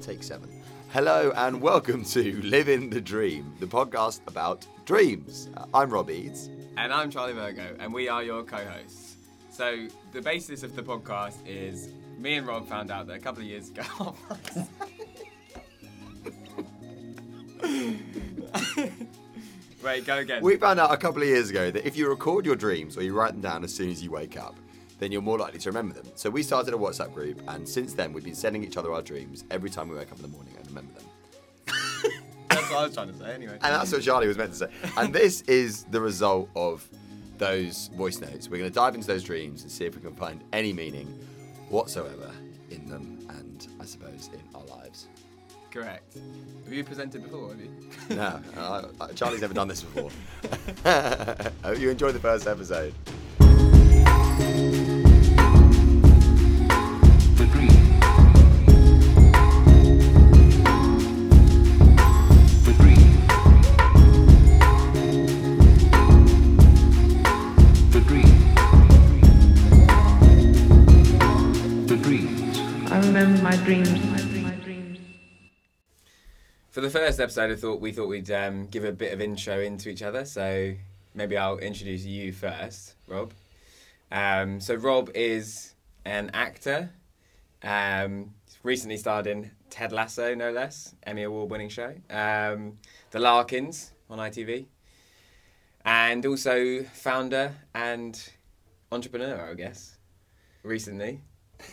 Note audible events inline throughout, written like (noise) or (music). take seven. Hello and welcome to Living the Dream, the podcast about dreams. Uh, I'm Rob Eads. And I'm Charlie Virgo, and we are your co hosts. So, the basis of the podcast is me and Rob found out that a couple of years ago. (laughs) Oh, fuck's sake. (laughs) Wait, go again. We found out a couple of years ago that if you record your dreams or you write them down as soon as you wake up, then you're more likely to remember them. So we started a WhatsApp group, and since then we've been sending each other our dreams every time we wake up in the morning and remember them. That's what I was trying to say, anyway. And that's what Charlie was meant to say. And this is the result of those voice notes. We're going to dive into those dreams and see if we can find any meaning whatsoever in them and I suppose in our lives. Correct. Have you presented before, have you? No, I, I- Charlie's never done this (laughs) before. I hope you enjoyed the first episode. I remember my dreams, my dreams, my dreams. For the first episode, I thought we thought we'd um, give a bit of intro into each other. So maybe I'll introduce you first, Rob. Um, so Rob is an actor. Um, he's recently starred in Ted Lasso, no less, Emmy award-winning show. Um, the Larkins on ITV, and also founder and entrepreneur, I guess. Recently,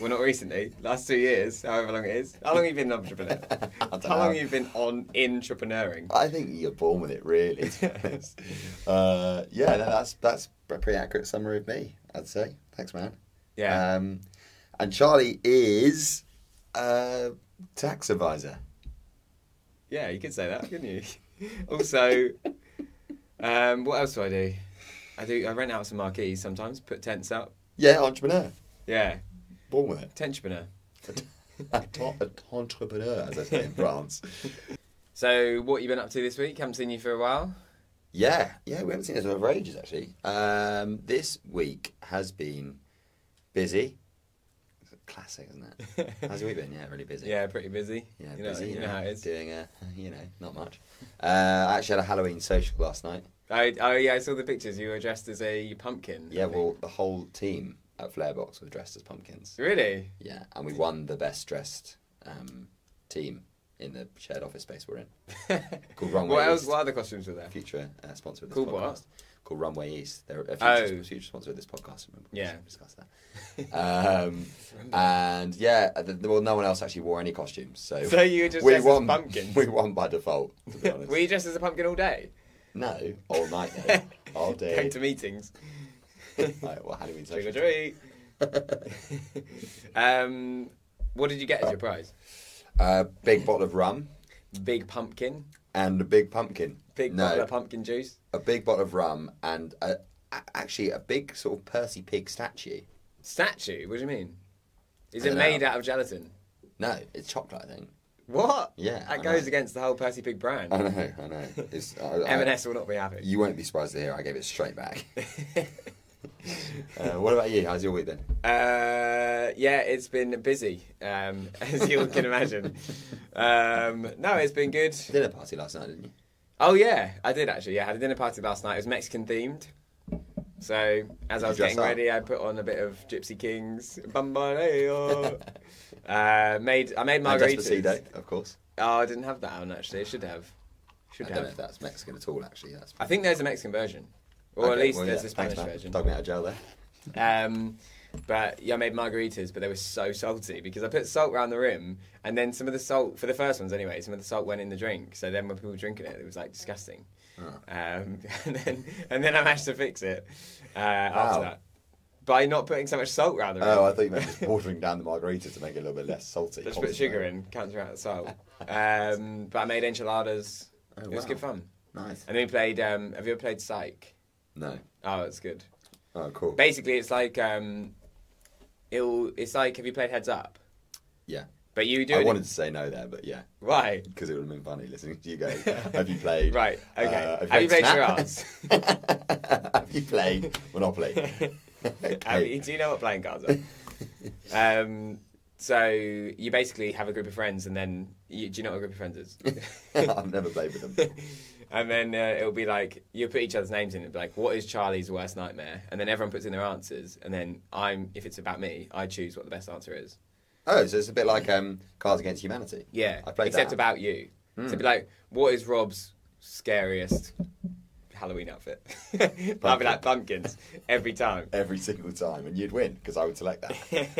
well, not recently. Last two years, however long it is. How long have you been an entrepreneur? (laughs) I don't How long know. have you been on entrepreneuring? I think you're born with it, really. to be (laughs) honest. uh, yeah, no, that's that's a pretty accurate summary of me, I'd say. Thanks, man. Yeah. Um, and Charlie is a tax advisor. yeah, you could say that, couldn't you? (laughs) also, um, what else do I do? I do. I rent out some marquees sometimes. Put tents up. Yeah, entrepreneur. Yeah, Born (laughs) with it. tentpreneur. A ton- a entrepreneur, as I say in France. So, what you been up to this week? Haven't seen you for a while. Yeah, yeah, we haven't seen this for ages actually. Um, this week has been busy. Classic, isn't (laughs) it? How's your week been? Yeah, really busy. Yeah, pretty busy. yeah, you know, busy. You know, yeah, how it is. Doing a, you know, not much. Uh, I actually had a Halloween social last night. I, oh yeah, I saw the pictures. You were dressed as a pumpkin. I Yeah, think. well, the whole team at Flarebox were dressed as pumpkins. Really? Yeah, and we won the best dressed um, team in the shared office space we're in. (laughs) Called Runway What else? East. What other costumes were there? future uh, sponsor of this Called podcast what? called Runway East. They're a future, Oh. future sponsor of this podcast. Remember, Yeah. we discussed that. (laughs) um, and yeah, uh, th- well, no one else actually wore any costumes, so So you were just we dressed won. as (laughs) pumpkins. We won by default. To (laughs) be honest. Were you dressed as a pumpkin all day? no, all (laughs) night, though. all day. Going to meetings. (laughs) right, well, Halloween Trick or social. treat. um, what did you get as your prize? (laughs) Uh, big bottle of rum Big pumpkin. and a big pumpkin. Big no, bottle of pumpkin juice. a big bottle of rum and a, a- actually a big sort of Percy Pig statue. Statue. What do you mean? Is I it dunno. made out of gelatin? No, it's chocolate, I think. What? Yeah, I That goes know. against the whole Percy Pig brand. I know, I know. It's, I, (laughs) I- M&S will not be happy. You won't be surprised to hear I gave it straight back. (laughs) uh, what about you? How's your week then? (laughs) Uh, yeah, it's been busy, um, (laughs) as you can imagine. (laughs) Um, no, it's been good. Dinner party last night, didn't you? Oh yeah, I did actually. Yeah, I had a dinner party last night. It was Mexican themed. So as I was dress getting up? ready, I put on a bit of Gypsy Kings. (laughs) Bambaleo. uh, made I made And margaritas. Despacito, of course. Oh, I didn't have that one actually. I should have. Should I don't know if have. that's Mexican at all, actually. That's I think there's a Mexican version, or at Okay, least well, there's yeah, a Spanish thanks, man. version. Dug me out of jail there. (laughs) Um, but yeah, I made margaritas, but they were so salty because I put salt around the rim, and then some of the salt for the first ones anyway. Some of the salt went in the drink, so then when people were drinking it, it was like disgusting. Ah. Um, (laughs) and then and then I managed to fix it uh, after Wow. that by not putting so much salt around the rim. Oh, I thought you meant just watering down the margarita to make it a little bit less salty. (laughs) Just put sugar in, counteract the salt. Um, but I made enchiladas. Oh, it was wow. good fun. Nice. And then we played. Um, have you ever played Psych? No. Oh, it's good. Oh, cool. Basically, it's like um, it'll. It's like have you played Heads Up? yeah. But you do I it- wanted to say no there, but yeah, Why? because it would have been funny listening to you (laughs) go. Have you played? Right, okay. uh, Have you (laughs) played Snap? (laughs) have you (laughs) played Monopoly? (laughs) Have you- do you know what playing cards are? um, So you basically have a group of friends, and then you, do you know what a group of friends (laughs) is? (laughs) I've never played with them. and then uh, it'll be like you put each other's names in. It'll be like, what is Charlie's worst nightmare? And then everyone puts in their answers. And then I'm, if it's about me, I choose what the best answer is. Oh, so it's a bit like um, Cards Against Humanity. Yeah, I played except that. Hmm. about you. So it'd be like, what is Rob's scariest Halloween outfit? (laughs) I'll be like pumpkins every time. (laughs) Every single time, and you'd win because I would select that. (laughs)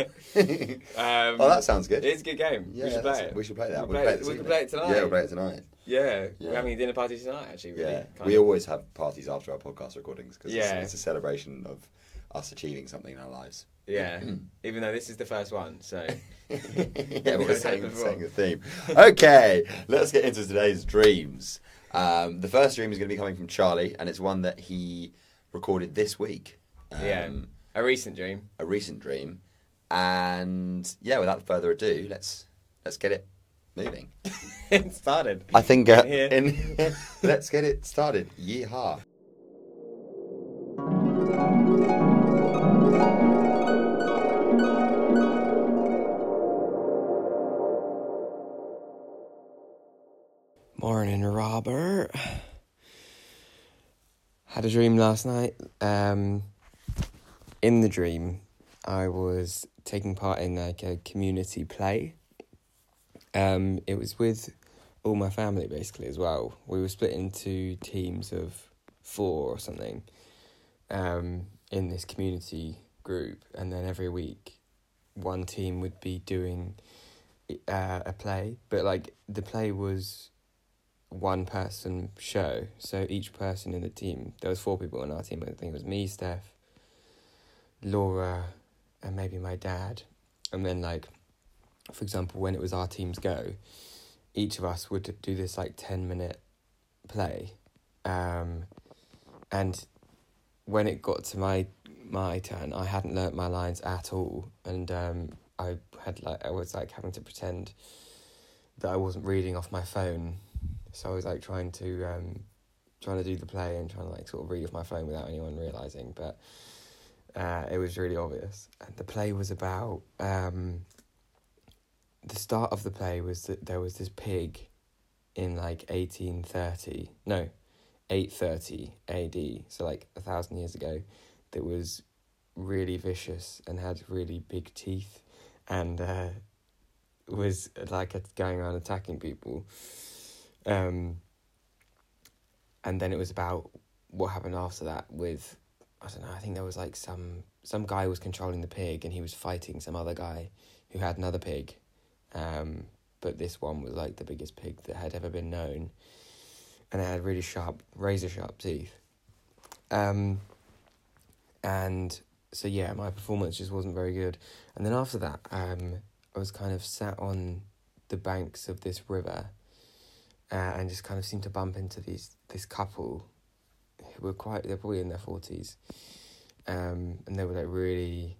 um, oh, that sounds good. It's a good game. yeah, we should that's play it. We should play We'll that. We'll play it- this we can evening. play it tonight. Yeah, we'll play it tonight. Yeah, Yeah. we're having a dinner party tonight. Actually, really. Yeah, Kind we of. always have parties after our podcast recordings because Yeah. it's, it's a celebration of us achieving something in (laughs) our lives. Yeah, (clears throat) even though this is the first one, so yeah, We've done we're it saying, before. saying the theme. Okay, let's get into today's dreams. Um, the first dream is going to be coming from Charlie, and it's one that he recorded this week. Um, yeah, a recent dream. (laughs) a recent dream. And yeah, without further ado, let's let's get it moving. it started. I think uh, Here. in, (laughs) let's get it started. Yeehaw! Morning, Robert. Had a dream last night. Um, in the dream, I was taking part in like a community play. Um, it was with all my family basically as well. We were split into teams of four or something. Um, in this community group, and then every week, one team would be doing uh, a play, but like the play was one person show. So each person in the team, there was four people on our team. I think it was me, Steph, Laura, and maybe my dad. And then like, for example, when it was our teams go, each of us would do this like ten minute play, um, and when it got to my my turn, I hadn't learnt my lines at all, and um, I had like I was like having to pretend that I wasn't reading off my phone so I was like trying to um trying to do the play and trying to like sort of read off my phone without anyone realizing, but uh, it was really obvious. And the play was about um the start of the play was that there was this pig in like 1830 no 830 AD so like a thousand years ago that was really vicious and had really big teeth and uh was like going around attacking people um, and then it was about what happened after that with I don't know, I think there was like some some guy was controlling the pig and he was fighting some other guy who had another pig. Um, but this one was like the biggest pig that had ever been known. And it had really sharp razor sharp teeth. Um and so yeah, my performance just wasn't very good. And then after that, um, I was kind of sat on the banks of this river uh, and just kind of seemed to bump into these this couple who were quite they're probably in their forties, um, and they were like really,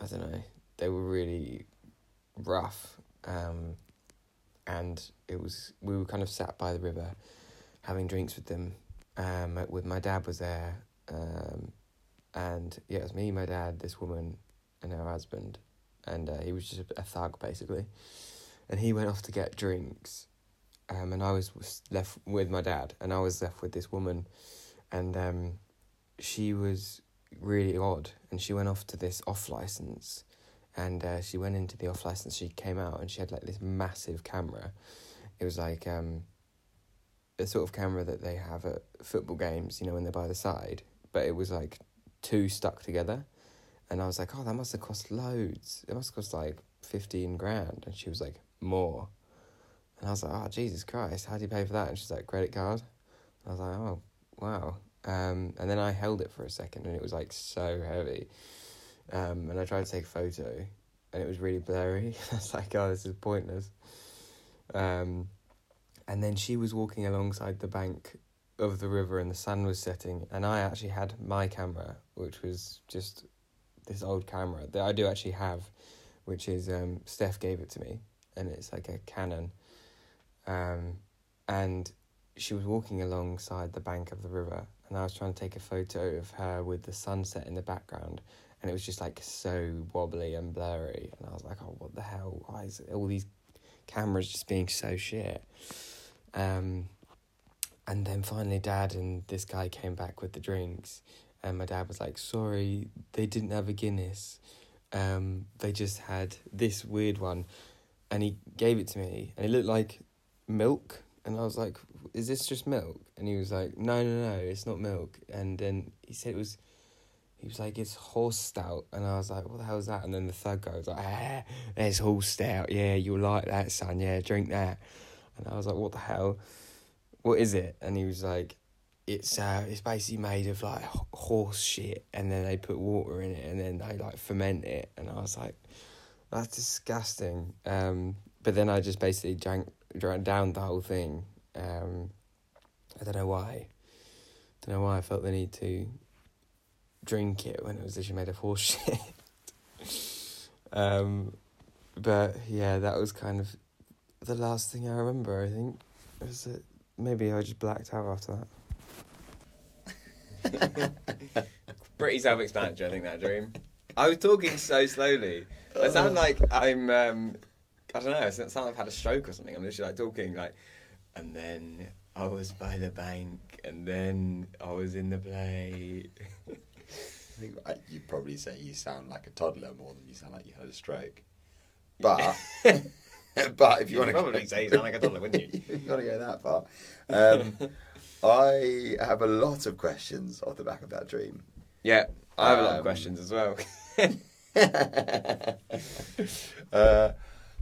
I don't know, they were really rough, um, and it was we were kind of sat by the river, having drinks with them, um, with my dad was there, um, and yeah, it was me, my dad, this woman, and her husband, and uh, he was just a, a thug basically, and he went off to get drinks um, and I was was left with my dad, and I was left with this woman, and um, she was really odd, and she went off to this off license, and uh, she went into the off license. She came out, and she had like this massive camera. It was like um, the sort of camera that they have at football games, you know, when they're by the side, but it was like two stuck together, and I was like, oh, that must have cost loads. It must have cost like fifteen grand, and she was like, more. And I was like, oh, Jesus Christ, how do you pay for that? And she's like, credit card. And I was like, oh, wow. Um, and then I held it for a second and it was like so heavy. Um, and I tried to take a photo and it was really blurry. (laughs) I was like, oh, this is pointless. Um, and then she was walking alongside the bank of the river and the sun was setting. And I actually had my camera, which was just this old camera that I do actually have, which is um, Steph gave it to me. And it's like a Canon um, and she was walking alongside the bank of the river, and I was trying to take a photo of her with the sunset in the background, and it was just like so wobbly and blurry, and I was like, oh, what the hell? Why is all these cameras just being so shit? Um, and then finally, Dad and this guy came back with the drinks, and my dad was like, sorry, they didn't have a Guinness, um, they just had this weird one, and he gave it to me, and it looked like milk. And I was like, is this just milk? And he was like, no, no, no, it's not milk. And then he said it was, he was like, it's horse stout. And I was like, what the hell is that? And then the third guy was like, ah, there's horse stout. Yeah, you'll like that, son. Yeah, drink that. And I was like, what the hell? What is it? And he was like, it's uh, it's basically made of like h- horse shit, and then they put water in it, and then they like ferment it. And I was like, that's disgusting. Um, but then I just basically drank, drank down the whole thing. Um, I don't know why. don't know why I felt the need to drink it when it was literally made of horse shit. (laughs) um, but yeah, that was kind of the last thing I remember. I think was that maybe I just blacked out after that. (laughs) Pretty self-explanatory, I think that dream. I was talking so slowly. I Uh-huh. sound like I'm. Um, I don't know. I sound like I've had a stroke or something. I'm literally like talking like, and then I was by the bank, and then I was in the play. I think I- you'd probably say you sound like a toddler more than you sound like you had a stroke. But (laughs) but if you You'd (laughs) want to (laughs) probably say you sound like a toddler, wouldn't you? you want to go that far. Um, I have a lot of questions off the back of that dream. Yeah, I have a lot Um, of questions as well. (laughs) (laughs) Uh,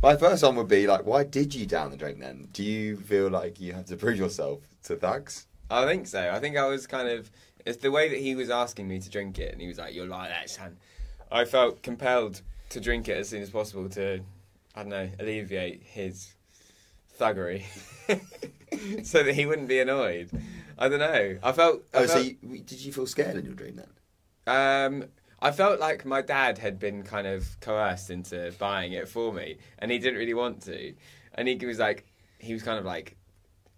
my first one would be like, why did you down the drink then? Do you feel like you had to prove yourself to thugs? I think so. I think I was kind of. It's the way that he was asking me to drink it, and he was like, "You're like that, son." I felt compelled to drink it as soon as possible to, I don't know, alleviate his thuggery, (laughs) so that he wouldn't be annoyed. I don't know. I felt. I Oh, so felt- you, did you feel scared in your dream then? um, I felt like my dad had been kind of coerced into buying it for me, and he didn't really want to. And he was like, he was kind of like,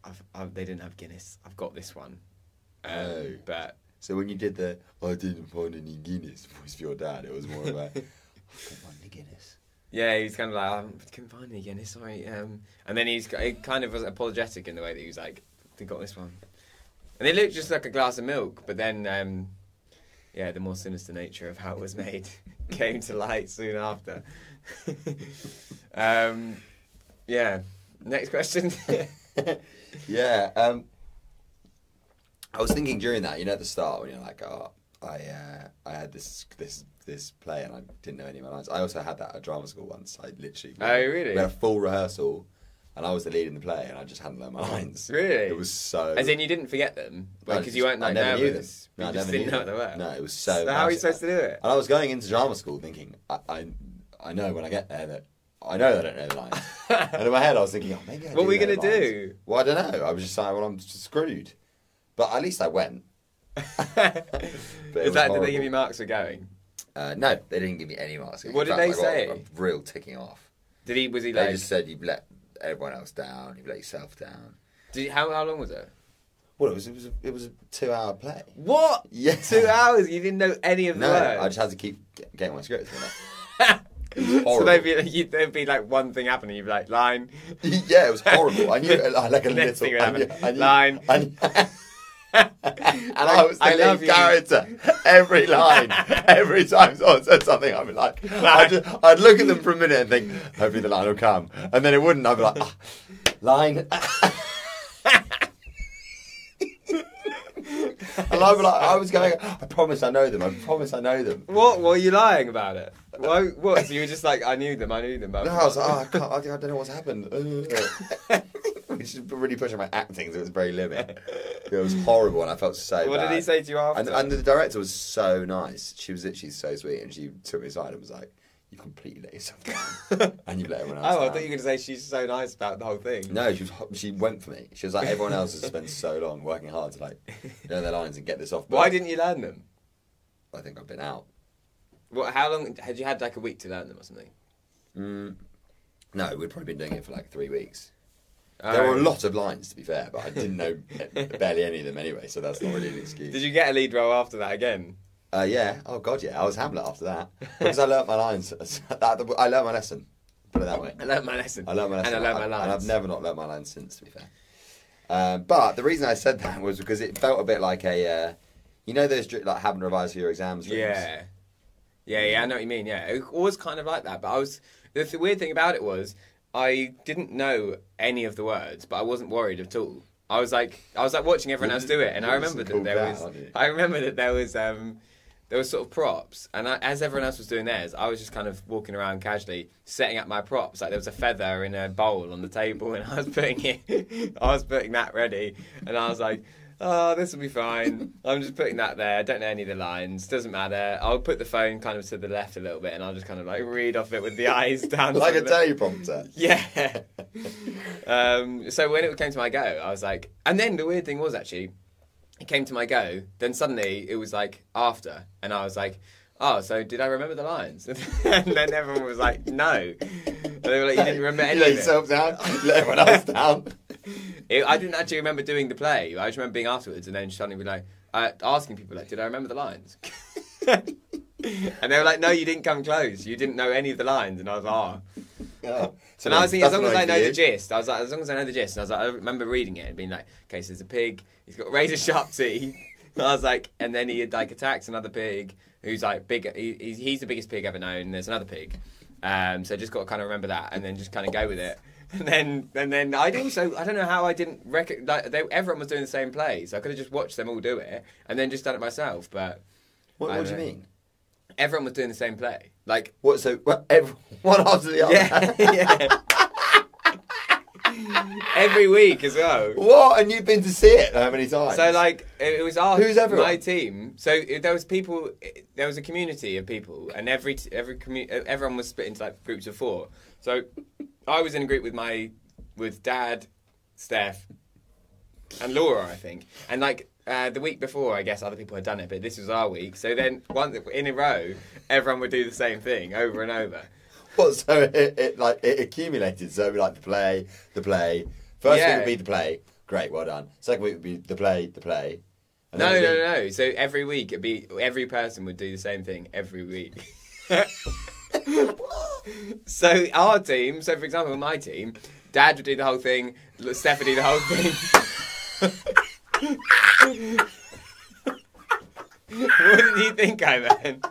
I've, I've, they didn't have Guinness. I've got this one. Um, Oh. But So when you did the, I didn't find any Guinness (laughs) voice for your dad, it was more of a, I couldn't find any Guinness. yeah, he was kind of like, I couldn't find any Guinness. Sorry. Um, and then he's he kind of was apologetic in the way that he was like, they got this one, and it looked just like a glass of milk. But then, um, yeah, the more sinister nature of how it was made (laughs) came to light soon after. (laughs) um, yeah. Next question. (laughs) (laughs) yeah. Um, I was thinking during that, you know, at the start when you're like, oh, I, uh, I had this this this play and I didn't know any of my lines. I also had that at drama school once. I literally Oh, really? we had a full rehearsal, and I was the lead in the play, and I just hadn't learned my lines. really? It was so. As in, you didn't forget them I because you just- weren't I like never knew nervous. them. No, I you just never knew didn't know them. what they were. No, it was so how are you embarrassing. supposed to do it? And I was going into drama school thinking, I, I, I know when I get there that I know that I don't know the (laughs) lines. and in my head, I was thinking, oh, maybe I What do were we know the gonna lines. do? Well, I don't know. I was just like, well, I'm screwed. But at least I went. (laughs) But it Is was that did they give horrible. you marks for going? Uh, no, they didn't give me any marks. In What did fact, they I got say? A real ticking off. Did he was he They like? just said you've let everyone else down. You've let yourself down. Did you, how how long was it? Well, it was it was a, it was a two hour play. What? Yeah. Two hours. You didn't know any of the No, words. I just had to keep get- getting my scripts. wasn't so (laughs) horrible. there'd be, you, there'd be like one thing happening. You'd be like line. I? (laughs) yeah, it was horrible. I knew it, like, like a Next thing little would I knew- happen, I knew- line. I (laughs) knew- And I was the I lead love you. character. Every line, every time someone said something, I'd be like, I'd, just, I'd look at them for a minute and think, hopefully the line will come. And then it wouldn't. I'd be like, "Ah, line. (laughs) and I'd be like, I was going, I promise I know them. I promise I know them. What were you lying about it? Why, what? So you were just like, I knew them, I knew them. But No, I was like, oh, I, can't, I I don't know what's happened. (laughs) Which is really pushing my acting to its very limit. It was horrible and I felt so what bad. did he say to you after? Oh, And, and the director was so nice. She was literally so sweet, and she took me aside and was like, "You completely let yourself down, (laughs) and you let everyone oh, else I down." thought you were going to say she's so nice about the whole thing. No, she was. ho- She went for me. She was like, "Everyone else has spent so long working hard to (laughs) like know their lines and get this off." but Why didn't you learn them? I think I've been out? What? How long had you had like a week to learn them or something? Mm. No, we'd probably been doing it for like three weeks. There Oh. were a lot of lines, to be fair, (laughs) but I didn't know barely any of them anyway, so that's not really an excuse. Did you get a lead role after that again? Uh, yeah. Oh God, yeah. I was Hamlet after that because I learnt my lines. (laughs) That- I learnt my lesson. Put it that way. I learned my lesson. I learnt my lesson. And I learned my and lines. I've never not learnt my lines since. To be fair. Um, but the reason I said that was because it felt a bit like a, uh, you know, those dri- like having revised for your exams. dreams? Yeah. Yeah, yeah, I know what you mean. Yeah, it was kind of like that. But I was the th- weird thing about it was I didn't know any of the words, but I wasn't worried at all. I was like, I was like watching everyone else do it, and I You're remembered some that there cool was, guy, aren't you? I remember that there was, um, there was sort of props, and I, as everyone else was doing theirs, I was just kind of walking around casually setting up my props. Like there was a feather in a bowl on the table, and I was putting it, (laughs) I was putting that ready, and I was like, oh, this will be fine. I'm just putting that there. I don't know any of the lines. Doesn't matter. I'll put the phone kind of to the left a little bit, and I'll just kind of like read off it with the (laughs) eyes down. Like to a the- (laughs) teleprompter. yeah. um, so when it came to my go, I was like, and then the weird thing was actually, it came to my go. Then suddenly it was like after, and I was like, oh, so did I remember the lines? (laughs) and then everyone was like, no. And they were like, you didn't remember (laughs) You any let of it. yourself down. Let everyone else down. (laughs) It- I didn't actually remember doing the play. I just remember being afterwards, and then suddenly be like uh, asking people like, did I remember the lines? (laughs) and they were like, no, you didn't come close. You didn't know any of the lines. And I was like, oh. Yeah. So And I was thinking, as that's long as I annoying know for the you. gist, I was like, as long as I know the gist, and I was like, I remember reading it and being like, okay, so there's a pig, he's got razor sharp teeth. (laughs) And I was like, and then he like attacks another pig who's like big. He, he's- he's the biggest pig ever known. There's another pig, um, so just got to kind of remember that and then just kind of go with it. (laughs) And then and then I also I don't know how I didn't rec- like they, everyone was doing the same plays. I could have just watched them all do it and then just done it myself. But What, I what do you don't know. mean? everyone was doing the same play. Like What? So (laughs) what, every, one after the other. (laughs) yeah, (laughs) yeah. Every week as well. What? And you've been to see it how many times? So like it it was our Who's everyone? my team. So it- there was people. it- There was a community of people, and every t- every commu- everyone was split into like groups of four. So I was in a group with my with Dad, Steph, and Laura, I think. And like uh, the week before, I guess other people had done it, but this was our week. So then one in a row, everyone would do the same thing over and over. (laughs) Well, so it, it like it accumulated. So it'd be like the play, the play. First week Yeah. would be the play. Great, well done. Second week would be the play, the play. And No, then no, it'd no, no. So every week, it'd be every person would do the same thing every week. (laughs) so our team, so for example, my team, Dad would do the whole thing, Steph would do the whole thing. (laughs) what did you think I meant?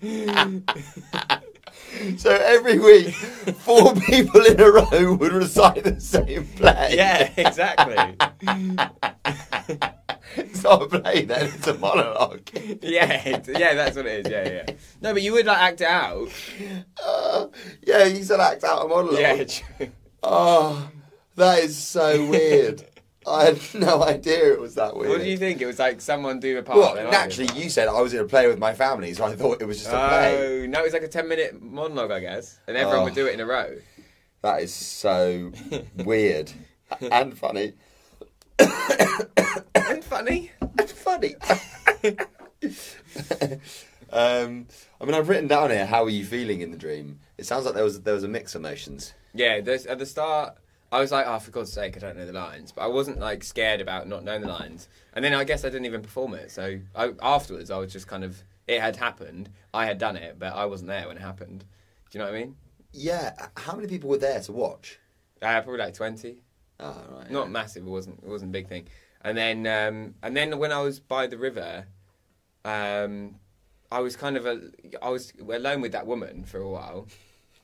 be- (laughs) So every week, four (laughs) people in a row would recite the same play. Yeah, exactly. (laughs) It's not a play then, it's a monologue. (laughs) Yeah, it- yeah, that's what it is. Yeah, yeah. No, but you would like act it out. (laughs) Uh, yeah, you said act out a monologue. Yeah, (laughs) true. Oh, that is so (laughs) weird. I had no idea it was that weird. What do you think? Oh, It was like someone do a part. Well, then I do a naturally, you said I was in a play with my family, so I thought it was just a play. Oh, no, it was like a 10 minute monologue, I guess. And everyone Oh. would do it in a row. That is (laughs) so weird and funny. and funny. And funny. (laughs) um, I mean, I've written down here. How are you feeling in the dream? It sounds like there was there was a mix of emotions. Yeah, there's, at the start, I was like, oh, for God's sake, I don't know the lines. But I wasn't like scared about not knowing the lines. And then I guess I didn't even perform it. So I, afterwards, I was just kind of, it had happened. I had done it, but I wasn't there when it happened. Do you know what I mean? Yeah. How many people were there to watch? Uh, probably like 20. Oh, right. Not massive. It wasn't. It wasn't a big thing. And then, um, and then when I was by the river, um, I was kind of a, I was alone with that woman for a while,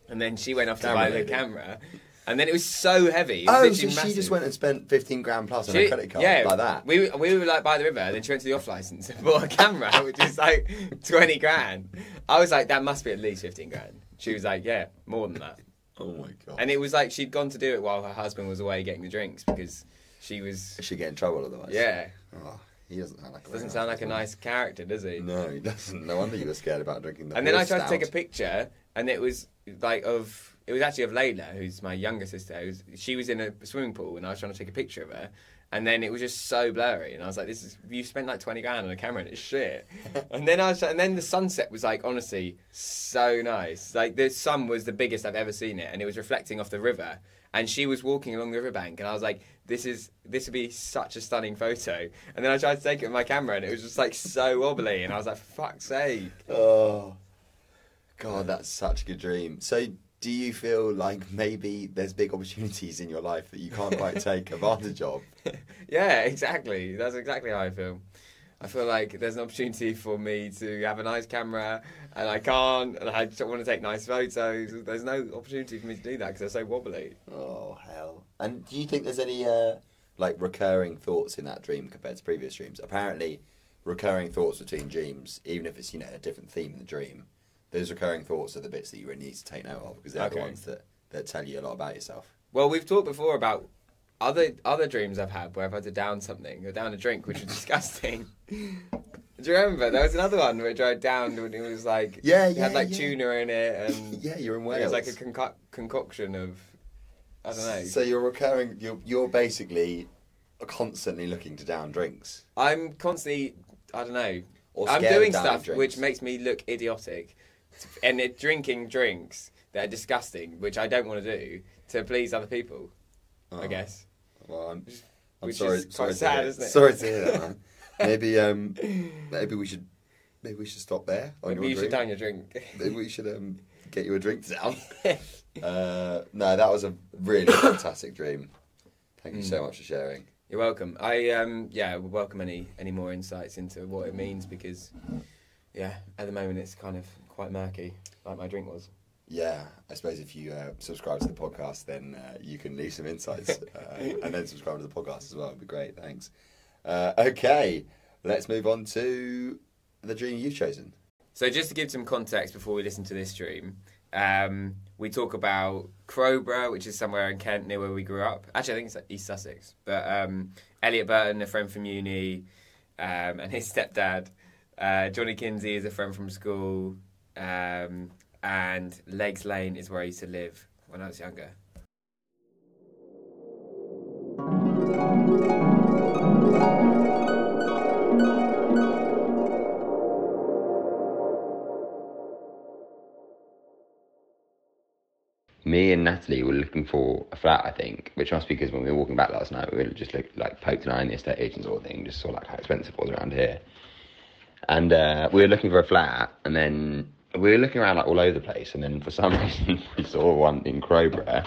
and then she went off to Camera buy the lady. camera, and then it was so heavy. It was Oh, literally so she massive. just went and spent fifteen grand plus on She- her credit card like that. We were- we were like by the river, and then she went to the off license and (laughs) bought a camera, which is like twenty grand. I was like, that must be at least fifteen grand. She was like, yeah, more than that. oh my god. And it was like she'd gone to do it while her husband was away getting the drinks because she was She'd get in trouble otherwise. yeah. Oh, he doesn't sound like. A Doesn't nice sound like a man. nice character, does he? No, he doesn't. No wonder you were scared about drinking the. And then I horse tried to take a stout. picture, and it was like of it was actually of Layla, who's my younger sister. Who's, she was in a swimming pool, and I was trying to take a picture of her. And then it was just so blurry, and I was like, "This is you spent like twenty grand on a camera, and (laughs) it's shit." and then I was, and then the sunset was like honestly so nice. Like the sun was the biggest I've ever seen it, and it was reflecting off the river. And she was walking along the riverbank, and I was like, this is this would be such a stunning photo. And then I tried to take it with my camera, and it was just like so wobbly, and I was like, for fuck's sake. Oh, God, that's such a good dream. So, do you feel like maybe there's big opportunities in your life that you can't (laughs) quite take advantage of? Yeah, exactly. That's exactly how I feel. I feel like there's an opportunity for me to have a nice camera, and I can't, and I just want to take nice photos. There's no opportunity for me to do that because they're so wobbly. Oh hell! And do you think there's any uh, like recurring thoughts in that dream compared to previous dreams? Apparently, recurring thoughts between dreams, even if it's you know a different theme in the dream, those recurring thoughts are the bits that you really need to take note of because they're the Okay. ones that that tell you a lot about yourself. Well, we've talked before about other other dreams I've had where I've had to down something or down a drink, which was (laughs) disgusting. Do you remember? There was another one which I downed when it was like Yeah, it had yeah, like yeah. tuna in it and (laughs) yeah, you're in it was Wales. like a conco- concoction of I don't know. So you're recurring. You're you're basically constantly looking to down drinks. I'm constantly I don't know. Or I'm scared of doing down stuff drinks. which makes me look idiotic, and it, drinking drinks that are disgusting, which I don't want to do to please other people. I Oh. guess. Well, I'm, I'm Which sorry. is quite sorry sad, to hear. isn't it? Sorry to hear that, man. maybe um, maybe we should maybe we should stop there. On Maybe you your should dream. down your (laughs) drink. Maybe we should um, get you a drink (laughs) down. uh, no, that was a really (coughs) fantastic dream. Thank you Mm. so much for sharing. You're welcome. I um yeah, would welcome any any more insights into what it means because yeah, at the moment it's kind of quite murky, like my drink was. Yeah, I suppose if you uh, subscribe to the podcast, then uh, you can leave (laughs) some insights uh, and then subscribe to the podcast as well. It'd be great. Thanks. Uh, okay, let's move on to the dream you've chosen. So just to give some context before we listen to this stream, um, we talk about Crowborough, which is somewhere in Kent near where we grew up. Actually, I think it's East Sussex. But um, Elliot Burton, a friend from uni, um, and his stepdad. Uh, Johnny Kinsey is a friend from school, um, and Legs Lane is where I used to live when I was younger. me and Natalie were looking for a flat, I think, which must be because when we were walking back last night, we were just like, like poked an eye in the estate agents sort of thing, just saw like how expensive it was around here. And uh, we were looking for a flat, and then we were looking around like all over the place, and then for some (laughs) reason we saw one in Crowborough,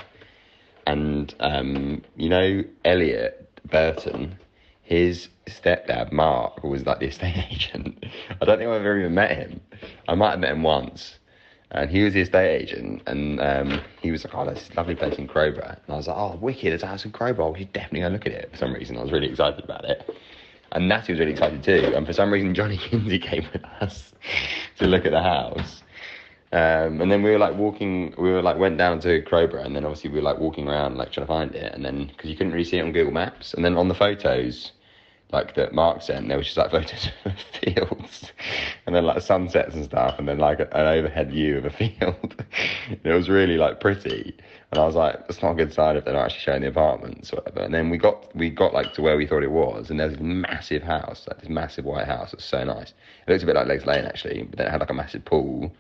and um, you know Elliot Burton. His stepdad Mark was like the estate (laughs) agent. I don't think I've ever even met him. I might have met him once, and he was the estate agent, and um, he was like, "Oh, there's this lovely place in Crowborough," and I was like, "Oh, wicked! There's a house in Crowborough. We should definitely go look at it." For some reason, I was really excited about it, and Natty was really excited too. And for some reason, Johnny (laughs) Kinsey came with us to look at the house. Um, and then we were like walking, we were like went down to Crowborough, and then obviously we were like walking around, like trying to find it. And then because you couldn't really see it on Google Maps, and then on the photos, like that Mark sent, there was just like (laughs) photos of fields, and then like sunsets and stuff, and then like an overhead view of a field. (laughs) And it was really like pretty, and I was like, that's not a good sign if they're not actually showing the apartments or whatever. And then we got we got like to where we thought it was, and there's this massive house, like this massive white house. It's so nice. It looks a bit like Legs Lane actually, but then it had like a massive pool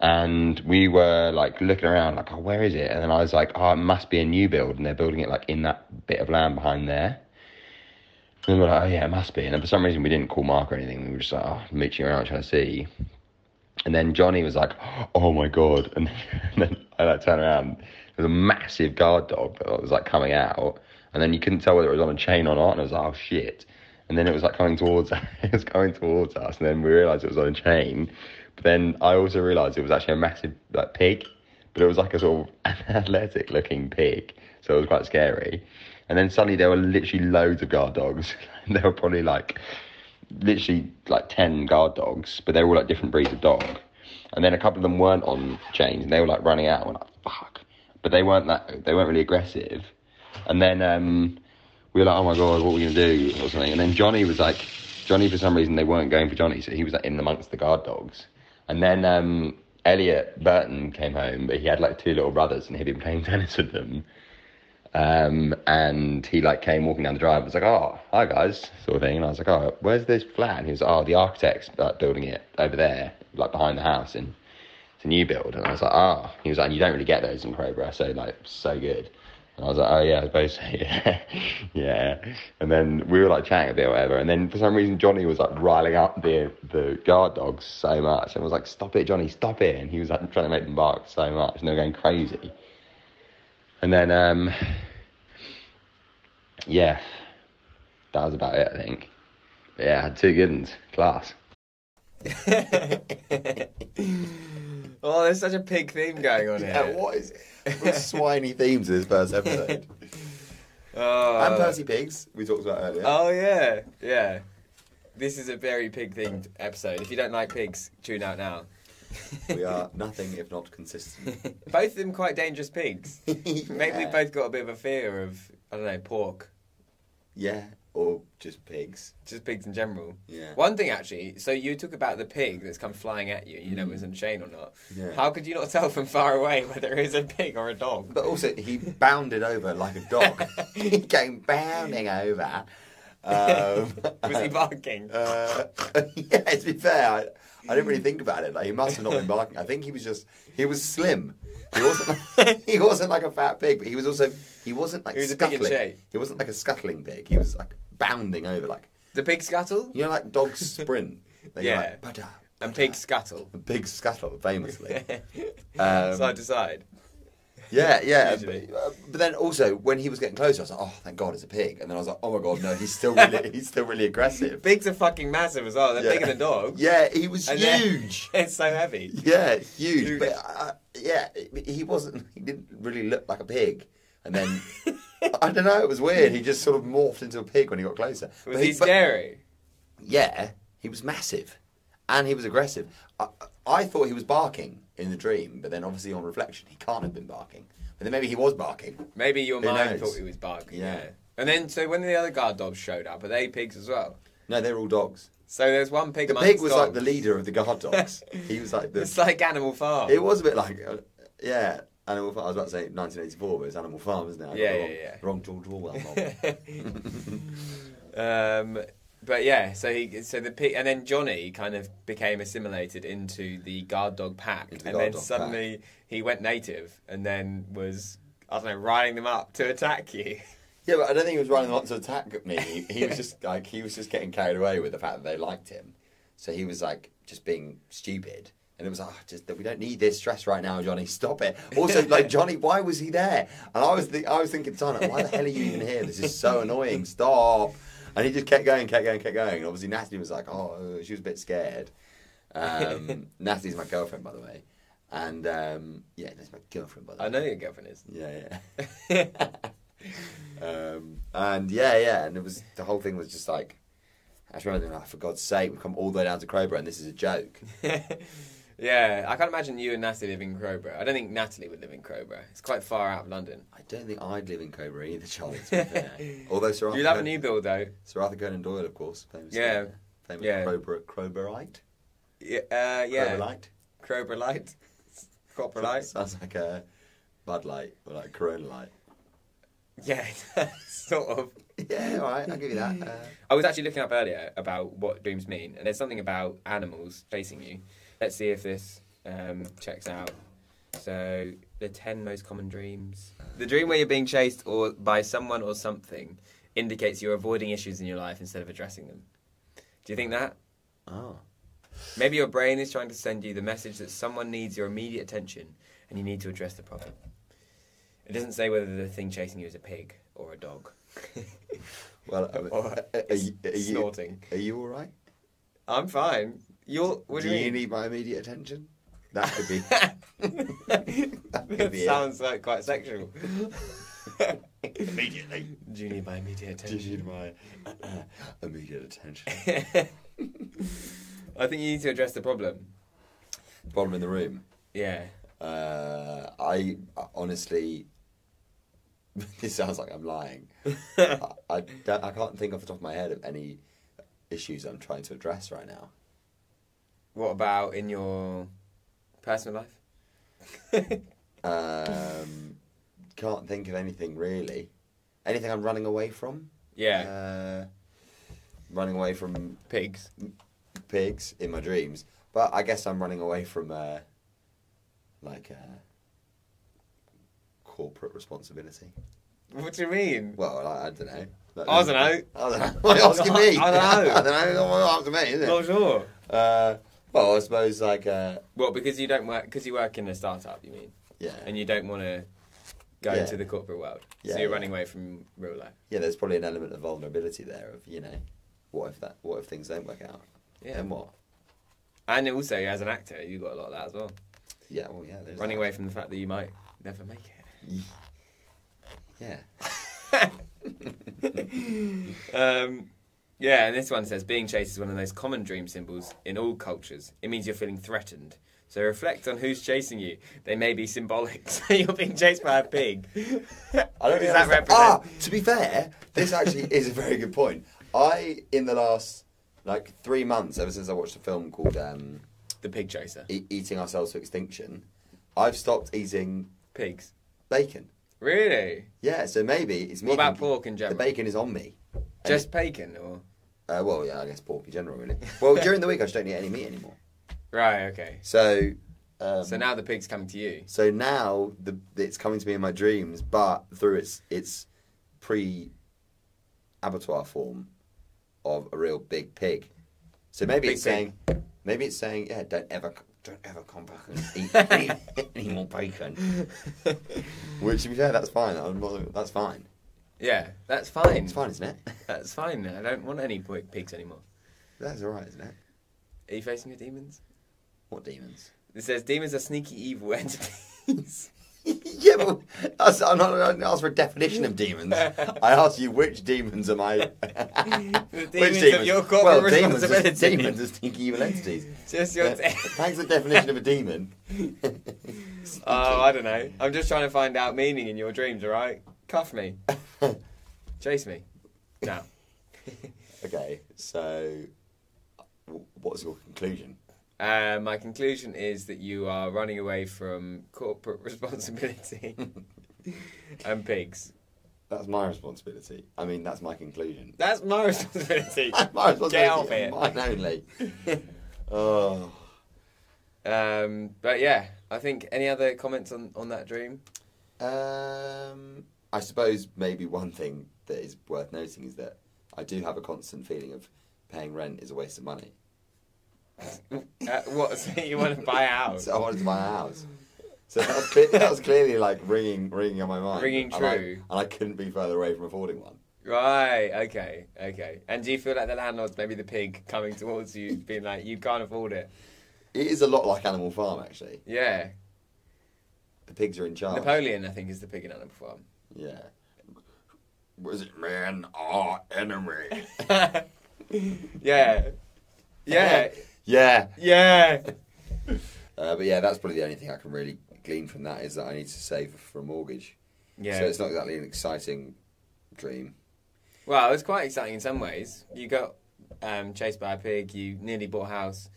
and we were like looking around like oh where is it and then i was like oh it must be a new build and they're building it like in that bit of land behind there and we were like oh yeah it must be and then for some reason we didn't call mark or anything we were just like oh mooching around trying to see and then johnny was like oh my god and (laughs) then, and then i like turned around there was a massive guard dog that was like coming out and then you couldn't tell whether it was on a chain or not and i was like oh shit and then it was like coming towards (laughs) it was coming towards us and then we realized it was on a chain but then i also realized it was actually a massive like pig but it was like a sort of (laughs) athletic looking pig so it was quite scary and then suddenly there were literally loads of guard dogs (laughs) there were probably like literally like 10 guard dogs but they were all like different breeds of dog and then a couple of them weren't on chains and they were like running out and we're like fuck but they weren't that they weren't really aggressive and then um we were like, oh my god, what are we gonna do or something? And then Johnny was like, Johnny for some reason they weren't going for Johnny, so he was like in amongst the guard dogs. And then um, Elliot Burton came home, but he had like two little brothers, and he'd been playing tennis with them. Um, and he like came walking down the drive. and was like, "Oh, hi guys," sort of thing. And I was like, "Oh, where's this flat?" And he was, "Oh, the architect's like building it over there, like behind the house." And it's a new build. And I was like, ah. He was like, and you don't really get those in Crowborough, so like, so good. And I was like, oh yeah, I suppose so, (laughs) yeah. yeah. And then we were like chatting a bit or whatever. And then for some reason, Johnny was like riling up the, the guard dogs so much. And was like, stop it, Johnny, stop it. And he was like trying to make them bark so much. And they were going crazy. And then, um, yeah, that was about it, I think. But yeah, I had two good ones. Class. Oh, there's such a pig theme going (laughs) on here. Yeah, (laughs) what is what swiny themes in this (laughs) first episode? Oh. and Percy Pigs, we talked about earlier. (laughs) Oh yeah, yeah. This is a very pig themed episode. If you don't like pigs, tune out now. We are nothing if not consistent. (laughs) Both of them quite dangerous pigs. Maybe we (laughs) Yeah. both got a bit of a fear of I don't know pork, Yeah, or just pigs. just pigs in general. Yeah. One thing actually. So you talk about the pig that's come flying at you. You know it was in chain or not. Mm. Yeah. How could you not tell from far away whether it was a pig or a dog? But also, he bounded over like a (laughs) dog. (laughs) he came bounding over. Um, was (laughs) he barking? uh, (laughs) yeah, to be fair, I, I didn't really think about it. Like he must have not been barking. I think he was just he was slim. He wasn't. (laughs) he wasn't like (laughs) a fat pig, but he was also he wasn't like He was a pig in scuttling. shape. he wasn't like a scuttling pig. He was like bounding over, like the pig scuttle you know, like (laughs) dogs sprint. They go Yeah. Like, "Bada, and bada." pig scuttle (laughs) The pig scuttle, famously. Um, side to side. Yeah, yeah. Usually. But, uh, but then also when he was getting closer, I was like, "Oh, thank God, it's a pig." And then I was like, "Oh my God, no, he's (laughs) still really, he's still really aggressive." Pigs are fucking massive as well. They're Yeah. bigger than dogs. (laughs) Yeah, he was And they're- huge. (laughs) They're so heavy. Yeah, huge. Huge. But uh, yeah, he wasn't. He didn't really look like a pig. (laughs) And then I don't know. It was weird. He just sort of morphed into a pig when he got closer. Was But he but- scary? Yeah, he was massive, and he was aggressive. I, I thought he was barking in the dream, but then obviously on reflection, he can't have been barking. But then maybe he was barking. Maybe your Who mind knows? thought it was barking. Yeah. Yeah. And then, so when the other guard dogs showed up, are they pigs as well? No, they're all dogs. So there's one pig. The amongst pig was dogs. like the leader of the (laughs) guard dogs. he was like the. It's like Animal Farm. It was a bit like, uh, yeah, Animal Farm. I was about to say 1984, but it's Animal Farm, isn't it? I got Yeah, the yeah, wrong, yeah. Wrong (laughs) George Orwell novel. um, but yeah, so he, so the pig, and then Johnny kind of became assimilated into the guard dog pack, Into the and guard then dog suddenly he went native, and then was I don't know riding them up to attack you. (laughs) yeah, but I don't think he was running up to attack me. He, he was just (laughs) like he was just getting carried away with the fact that they liked him, so he was like just being stupid. And it was like, "Ah, just that we don't need this stress right now, Johnny. Stop it. (laughs) Also, like Johnny, why was he there? And I was, th- I was thinking, Tana, why the hell are you even here? This is so annoying. Stop. Oh, And he just kept going, kept going, kept going. And obviously, Natalie was like, oh, she was a bit scared. (laughs) Um, Natalie's my girlfriend, by the way. And um, yeah, that's my girlfriend, by the way. I know your girlfriend is. Yeah, yeah. um, and yeah, yeah, and it was the whole thing was just like, I just remember thinking, oh, for God's sake, we've come all the way down to Crowborough and this is a joke. (laughs) yeah, I can't imagine you and Natalie living in Crowborough. I don't think Natalie would live in Crowborough. It's quite far out of London. I don't think I'd live in Crowborough either, Charlie. (laughs) To be fair. Although Sir Arthur, You'll have a Conan- new bill though. Sir Arthur Conan Doyle, of course, famous, Yeah. famous Yeah. Crowborough, Crowboroughite, Yeah, uh, yeah. Crowboroughite. Crowborough Light. (laughs) Copper Light. (laughs) Sounds like a Bud Light or like Corona Light. Yeah, (laughs) sort of. (laughs) Yeah, all right, I'll give you that. Uh, I was actually looking up earlier about what dreams mean, and there's something about animals chasing you. Let's see if this um, checks out. So, the 10 most common dreams. The dream where you're being chased or by someone or something indicates you're avoiding issues in your life instead of addressing them. Do you think that? oh, Maybe your brain is trying to send you the message that someone needs your immediate attention and you need to address the problem. It doesn't say whether the thing chasing you is a pig or a (laughs) dog. (laughs) well, uh, Or uh, uh, are, you- are you, snorting. are you all right? I'm fine. You're. What do, do you (laughs) mean? need my immediate attention? That (laughs) could be. that could that be it. sounds like quite sexual. immediately. (laughs) do you need my immediate Do attention? you need my uh, immediate attention? (laughs) I think you need to address the problem. Bottom in the room. Yeah. Uh, I honestly, (laughs) this sounds like (laughs) I'm lying. I, I, don't- I can't think off the top of my head of any issues I'm trying to address right now. What about in your personal life? (laughs) Um, can't think of anything really. Anything I'm running away from? yeah. Uh, running away from Pigs. pigs in my dreams, but I guess I'm running away from uh, like uh, corporate responsibility. What do you mean? Well, I, I don't know. I dunno. (laughs) I don't know. Why are you asking me? I dunno. (laughs) I don't know. Don't ask me, is Not it? sure. Uh, well, I suppose like uh, Well, because you don't work because you work in a startup, you mean, yeah, and you don't want to go Yeah. to the corporate world, Yeah, so you're yeah. running away from real life. yeah. There's probably an element of vulnerability there. Of you know, what if that? What if things don't work out? Yeah. Then what? And also, as an actor, you got a lot of that as well. Yeah. Well, yeah. There's running that. away from the fact that you might never make it. Yeah. Um, yeah, and this one says being chased is one of the most common dream symbols in all cultures. It means you're feeling threatened. So reflect on who's chasing you. They may be symbolic. (laughs) So you're being chased by a pig. (laughs) I don't Does think that that's- represent? Ah, to be fair, this actually is a very good point. I, in the last like three months, ever since I watched a film called um, The pig chaser. e- "Eating Ourselves to Extinction," I've stopped eating Pigs. bacon. Really? Yeah, so maybe it's me. What about thinking- pork in general? The bacon is on me. And Just bacon, or it- uh, well, yeah, I guess pork in general, really. Well, during the week, I just don't eat any meat anymore. right? Okay. So, um, So now the pig's coming to you. so now the it's coming to me in my dreams, but through its its pre abattoir form of a real big pig. So maybe Big it's pig. saying, maybe it's saying, yeah, don't ever, c- don't ever come back (laughs) and eat any, any more bacon. (laughs) Which, to be fair, that's fine. I'm not, that's fine. Yeah, that's fine. It's fine, isn't it? That's fine. I don't want any p- pigs anymore. That's all right, isn't it? Are you facing your demons? What demons? It says demons are sneaky evil (laughs) entities. (laughs) yeah, but that's, I'm not, I didn't ask for a definition of demons. I asked you which demons am I? the (laughs) which demons of your corporate well, demons are, responsibility. demons are stinky evil entities. Just (laughs) your. Yeah, (laughs) Thanks for (laughs) the definition of a demon. oh, I don't know. I'm just trying to find out meaning in your dreams. All right, cuff (laughs) me, chase me. No. okay, so w- what's your conclusion? Uh, my conclusion is that you are running away from corporate (laughs) (laughs) responsibility and pigs. That's my responsibility. I mean, that's my conclusion. That's my (laughs) responsibility. That's (laughs) my responsibility. Get out of here. and Mine only. (laughs) oh. Um, but yeah, I think any other comments on, on that dream? Um, I suppose maybe one thing that is worth noting is that I do have a constant feeling of paying rent is a waste of money. Uh, what (laughs) so you want to buy out? (laughs) So I wanted to buy a house. So that was, cle- (laughs) that was clearly like ringing, ringing on my mind. Ringing And I- true. and I couldn't be further away from affording one. Right. Okay. Okay. And do you feel like the landlord's maybe the pig coming towards you, being like, "You can't afford it." It is a lot like Animal Farm, actually. Yeah. The pigs are in charge. Napoleon, I think, is the pig in Animal Farm. Yeah. Was it man or enemy? (laughs) Yeah. Yeah. (laughs) yeah. Yeah. Uh, but yeah, that's probably the only thing I can really glean from that is that I need to save for a mortgage. Yeah. So it's not exactly an exciting dream. Well, it's quite exciting in some ways. You got um, chased by a pig, you nearly bought a house,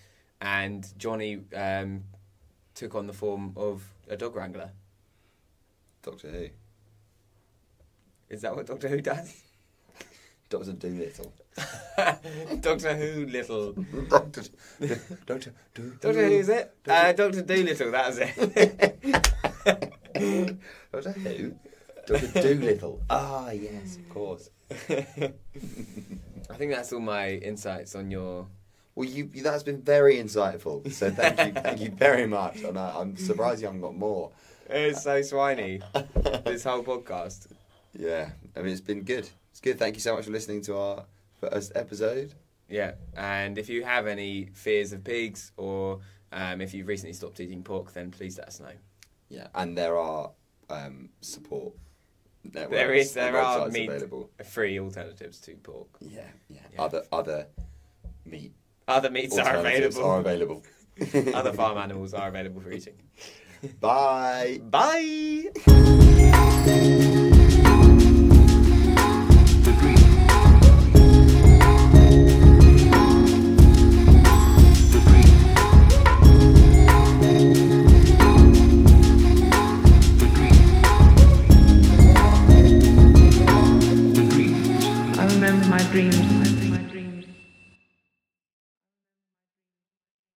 and Johnny um, took on the form of a dog wrangler. Doctor Who. Is that what Doctor Who does? (laughs) Doctor Doolittle. Doctor Who Little. Doctor Doctor Do. Doctor Who is it? Uh, Doctor Doolittle, that was (laughs) it. (laughs) Doctor Who. Doctor Doolittle. Ah, yes, of course. I think that's all my insights on your. Well, you, you that's been very insightful. So thank you, thank you very much. And I, I'm surprised you haven't got more. (laughs) It's so (laughs) swiny, this whole podcast. Yeah, I mean it's been good. It's good. Thank you so much for listening to our first episode. Yeah, and if you have any fears of pigs or um, if you've recently stopped eating pork, then please let us know. Yeah, and there are um, support. Networks There is, and there are websites meat available. free alternatives to pork. Yeah, yeah, Yeah. Other other meat Other meats are alternatives available. are available. (laughs) Other farm animals are available for eating. Bye. Bye.